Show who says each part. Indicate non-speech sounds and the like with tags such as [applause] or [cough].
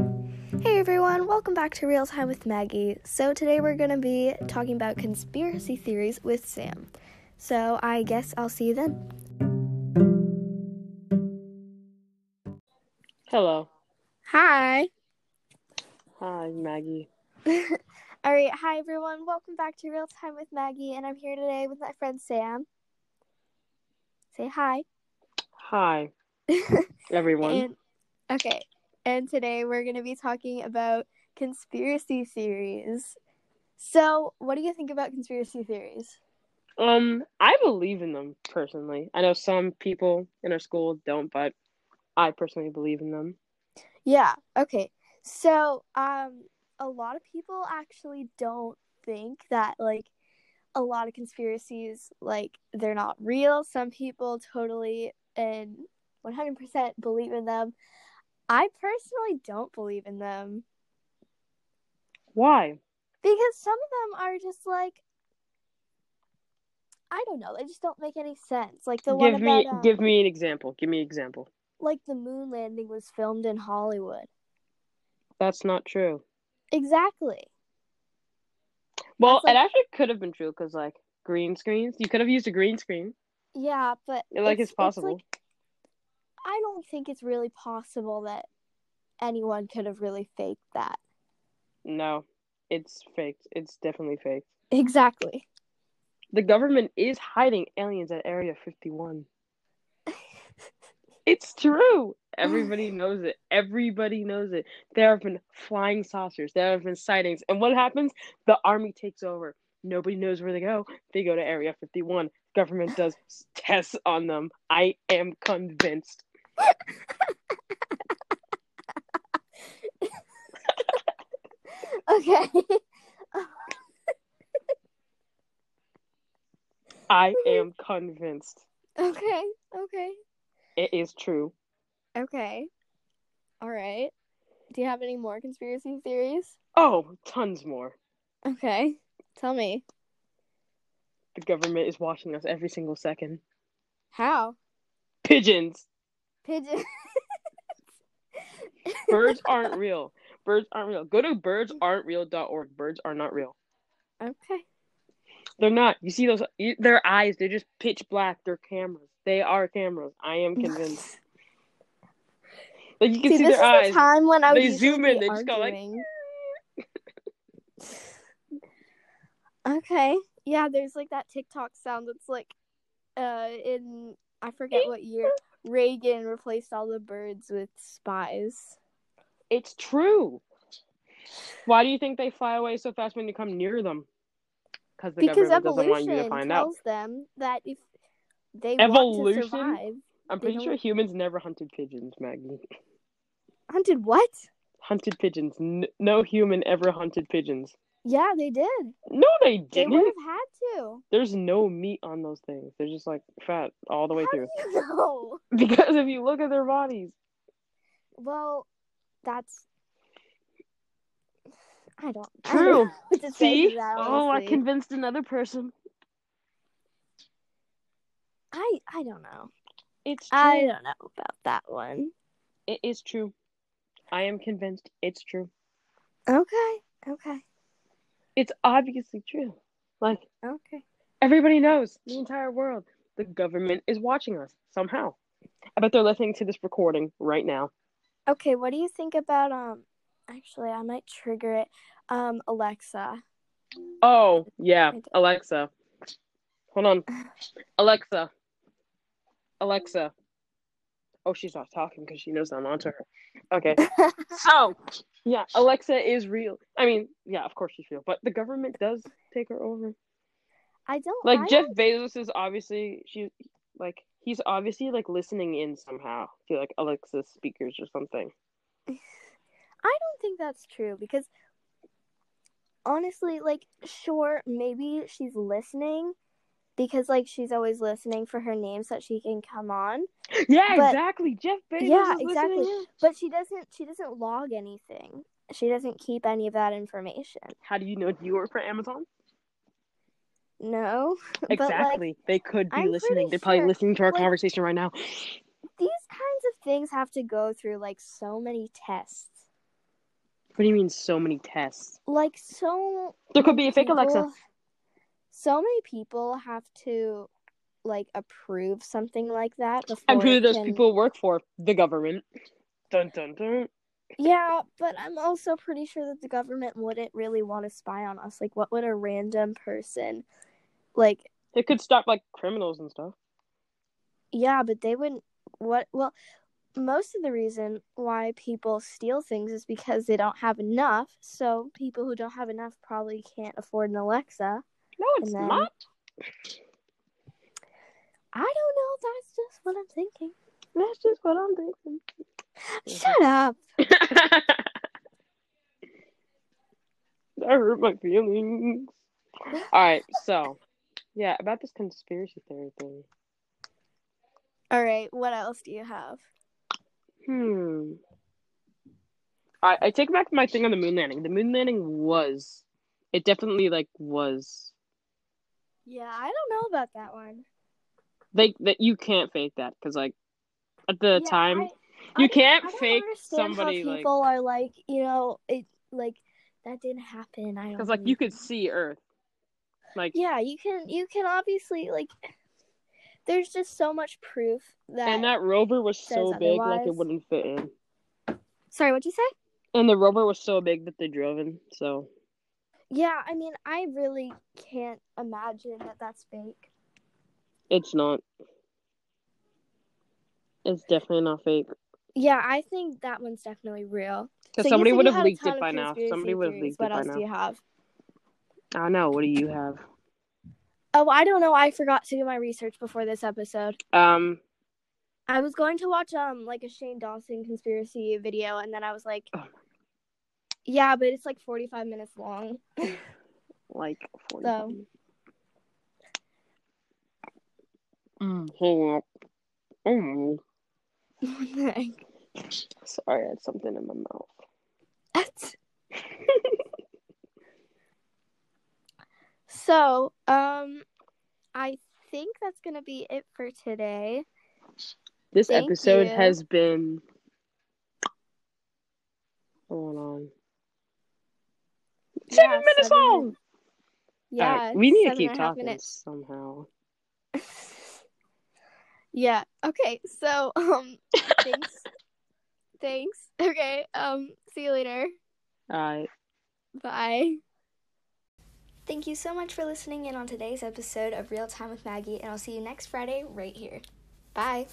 Speaker 1: Hey everyone, welcome back to Real Time with Maggie. So, today we're going to be talking about conspiracy theories with Sam. So, I guess I'll see you then.
Speaker 2: Hello.
Speaker 1: Hi.
Speaker 2: Hi, Maggie.
Speaker 1: [laughs] All right, hi everyone, welcome back to Real Time with Maggie, and I'm here today with my friend Sam. Say hi. [laughs]
Speaker 2: Hi, everyone.
Speaker 1: And, okay, and today we're going to be talking about conspiracy theories. So, what do you think about conspiracy theories?
Speaker 2: um, I believe in them personally. I know some people in our school don't, but I personally believe in them.
Speaker 1: Yeah. Okay. So, um, a lot of people actually don't think that like a lot of conspiracies like they're not real. Some people totally and one hundred percent believe in them. I personally don't believe in them
Speaker 2: Why?
Speaker 1: because some of them are just like I don't know. They just don't make any sense. Like the one
Speaker 2: give me
Speaker 1: about um,
Speaker 2: give me an example. Give me an example.
Speaker 1: like the moon landing was filmed in Hollywood.
Speaker 2: That's not true.
Speaker 1: Exactly.
Speaker 2: Well,
Speaker 1: That's like-
Speaker 2: it actually could have been true because like green screens, you could have used a green screen.
Speaker 1: Yeah, but
Speaker 2: Like it's, possible.
Speaker 1: like, I don't think it's really possible that anyone could have really faked that.
Speaker 2: No, it's faked. It's definitely faked.
Speaker 1: Exactly. [laughs]
Speaker 2: The government is hiding aliens at Area 51. It's true. Everybody knows it. Everybody knows it. There have been flying saucers. There have been sightings. And what happens? The army takes over. Nobody knows where they go. They go to Area 51. Government does tests on them. I am convinced.
Speaker 1: okay. [laughs]
Speaker 2: I am convinced.
Speaker 1: Okay. Okay.
Speaker 2: It is true.
Speaker 1: Okay. All right. Do you have any more conspiracy theories?
Speaker 2: Oh, tons more.
Speaker 1: Okay. Tell me.
Speaker 2: The government is watching us every single second.
Speaker 1: How?
Speaker 2: Pigeons.
Speaker 1: Pigeon.
Speaker 2: Birds aren't real. Birds aren't real. Go to birdsaren'treal.org. Birds are not real.
Speaker 1: [laughs] okay.
Speaker 2: They're not. You see those? You, their eyes. They're just pitch black. They're cameras. They are cameras. I am
Speaker 1: [laughs]
Speaker 2: convinced. like you can
Speaker 1: See,
Speaker 2: see,
Speaker 1: this is
Speaker 2: their
Speaker 1: the
Speaker 2: eyes.
Speaker 1: time when I would
Speaker 2: They
Speaker 1: usually
Speaker 2: zoom in,
Speaker 1: be
Speaker 2: they just go like-
Speaker 1: arguing. okay. Yeah, there's like that TikTok sound that's like, uh, in I forget what year Reagan replaced all the birds with spies.
Speaker 2: It's true. Why do you think they fly away so fast when you come near them? Because the
Speaker 1: because
Speaker 2: government doesn't want you to
Speaker 1: evolution
Speaker 2: find out.
Speaker 1: tells them that if they want to
Speaker 2: Evolution?
Speaker 1: survive,
Speaker 2: I'm
Speaker 1: they
Speaker 2: pretty
Speaker 1: don't-
Speaker 2: sure humans never hunted pigeons, Maggie. [laughs]
Speaker 1: hunted what?
Speaker 2: Hunted pigeons. N- no human ever hunted pigeons.
Speaker 1: Yeah, they did.
Speaker 2: No, they
Speaker 1: They
Speaker 2: didn't.
Speaker 1: would have had to. [laughs]
Speaker 2: There's no meat on those things. They're just like fat all the way
Speaker 1: How
Speaker 2: through. [laughs]
Speaker 1: do you know?
Speaker 2: Because if you look at their bodies,
Speaker 1: Well, that's I don't. I don't
Speaker 2: true.
Speaker 1: know what to say
Speaker 2: See?
Speaker 1: to that,
Speaker 2: oh, I
Speaker 1: honestly.
Speaker 2: convinced another person.
Speaker 1: I I don't know.
Speaker 2: It's true.
Speaker 1: I don't know about that one.
Speaker 2: It is true. I am convinced it's true.
Speaker 1: Okay. Okay.
Speaker 2: It's obviously true. Like,
Speaker 1: Okay.
Speaker 2: everybody knows, the entire world. The government is watching us somehow. I bet they're listening to this recording right now.
Speaker 1: Okay, what do you think about um actually I might trigger it. Um
Speaker 2: [laughs]
Speaker 1: Alexa.
Speaker 2: Oh, yeah.
Speaker 1: I do.
Speaker 2: Alexa.
Speaker 1: [sighs]
Speaker 2: Hold on. Alexa. Alexa. Oh, she's not talking because she knows I'm onto her.
Speaker 1: [laughs]
Speaker 2: Okay. So, yeah, Alexa is real. I mean, yeah, of course she's real, but the government does take her over.
Speaker 1: I don't
Speaker 2: Like
Speaker 1: I
Speaker 2: Jeff
Speaker 1: [laughs]
Speaker 2: Bezos is obviously she like he's obviously like listening in somehow to like Alexa's speakers or something.
Speaker 1: I don't think that's true because honestly, like, sure, maybe she's listening because, like, she's always listening for her name so that she can come on.
Speaker 2: Yeah,
Speaker 1: But-
Speaker 2: exactly. Jeff Bezos.
Speaker 1: Yeah,
Speaker 2: is
Speaker 1: exactly.
Speaker 2: Listening in.
Speaker 1: But she doesn't. She doesn't log anything. She doesn't keep any of that information.
Speaker 2: How do you know you work for Amazon?
Speaker 1: No. But, like,
Speaker 2: Exactly. they could be
Speaker 1: I'm
Speaker 2: listening.
Speaker 1: pretty
Speaker 2: They're probably
Speaker 1: sure,
Speaker 2: listening to our
Speaker 1: like-
Speaker 2: conversation right now.
Speaker 1: these kinds of things have to go through like so many tests.
Speaker 2: What do you mean so many tests?
Speaker 1: Like so
Speaker 2: There could be a fake Alexa.
Speaker 1: people- So many people have to like approve something like that before.
Speaker 2: And who do
Speaker 1: it
Speaker 2: those
Speaker 1: can-
Speaker 2: people work for? The government. Dun dun dun.
Speaker 1: Yeah, but I'm also pretty sure that the government wouldn't really want to spy on us. Like, what would a random person, like,
Speaker 2: It could stop like criminals and stuff.
Speaker 1: yeah, but they wouldn't. What? Well, most of the reason why people steal things is because they don't have enough. So people who don't have enough probably can't afford an Alexa.
Speaker 2: No, it's
Speaker 1: And then-
Speaker 2: not.
Speaker 1: I don't know. That's just what I'm thinking.
Speaker 2: That's just what I'm thinking.
Speaker 1: Shut up.
Speaker 2: [laughs] that hurt my feelings. All right, so yeah, about this conspiracy theory thing.
Speaker 1: All right. What else do you have?
Speaker 2: Hmm. I I take back my thing on the moon landing. The moon landing was, it definitely like was
Speaker 1: Yeah, I don't know about that one.
Speaker 2: like that. You can't fake that because like at the time you can't
Speaker 1: I don't
Speaker 2: fake
Speaker 1: understand
Speaker 2: somebody
Speaker 1: how
Speaker 2: like
Speaker 1: people are like, you know, it like that didn't happen. I don't
Speaker 2: because like you
Speaker 1: believe
Speaker 2: could
Speaker 1: that.
Speaker 2: see Earth. Like
Speaker 1: Yeah, you can you can obviously like there's just so much proof that,
Speaker 2: and that rover was so
Speaker 1: says
Speaker 2: big like it
Speaker 1: otherwise.
Speaker 2: wouldn't fit in.
Speaker 1: Sorry, what'd you say?
Speaker 2: And the rover was so big that they drove in. So
Speaker 1: Yeah, I mean, I really can't imagine that that's fake.
Speaker 2: it's not. It's definitely not fake.
Speaker 1: Yeah, I think that one's definitely real.
Speaker 2: Because
Speaker 1: So you
Speaker 2: somebody
Speaker 1: said
Speaker 2: would
Speaker 1: you
Speaker 2: have
Speaker 1: had a
Speaker 2: leaked
Speaker 1: ton
Speaker 2: it
Speaker 1: of
Speaker 2: by now.
Speaker 1: conspiracy
Speaker 2: Somebody would have
Speaker 1: theories.
Speaker 2: leaked
Speaker 1: What
Speaker 2: it by
Speaker 1: else
Speaker 2: now.
Speaker 1: do you have?
Speaker 2: I don't know. What do you have?
Speaker 1: Oh, I don't know. I forgot to do my research before this episode.
Speaker 2: Um.
Speaker 1: I was going to watch um like a Shane Dawson conspiracy video, and then I was like,
Speaker 2: Oh my-
Speaker 1: yeah, but it's like forty five minutes long. [laughs]
Speaker 2: like 40
Speaker 1: So.
Speaker 2: Mm, hold on. Mm. Sorry, I had something in my mouth. [laughs]
Speaker 1: so um, I think that's gonna be it for today.
Speaker 2: This
Speaker 1: Thank
Speaker 2: episode
Speaker 1: you.
Speaker 2: has been. Hold on. Seven
Speaker 1: Yeah,
Speaker 2: minutes
Speaker 1: seven
Speaker 2: long!
Speaker 1: minutes.
Speaker 2: All
Speaker 1: Yeah,
Speaker 2: right, we need to
Speaker 1: seven
Speaker 2: keep
Speaker 1: and a half
Speaker 2: talking
Speaker 1: minutes. [laughs]
Speaker 2: somehow.
Speaker 1: yeah. Okay. So um,
Speaker 2: [laughs]
Speaker 1: thanks. Thanks. Okay. Um, see you later.
Speaker 2: All right.
Speaker 1: Bye. Thank you so much for listening in on today's episode of Real Time with Maggie, and I'll see you next Friday right here. Bye.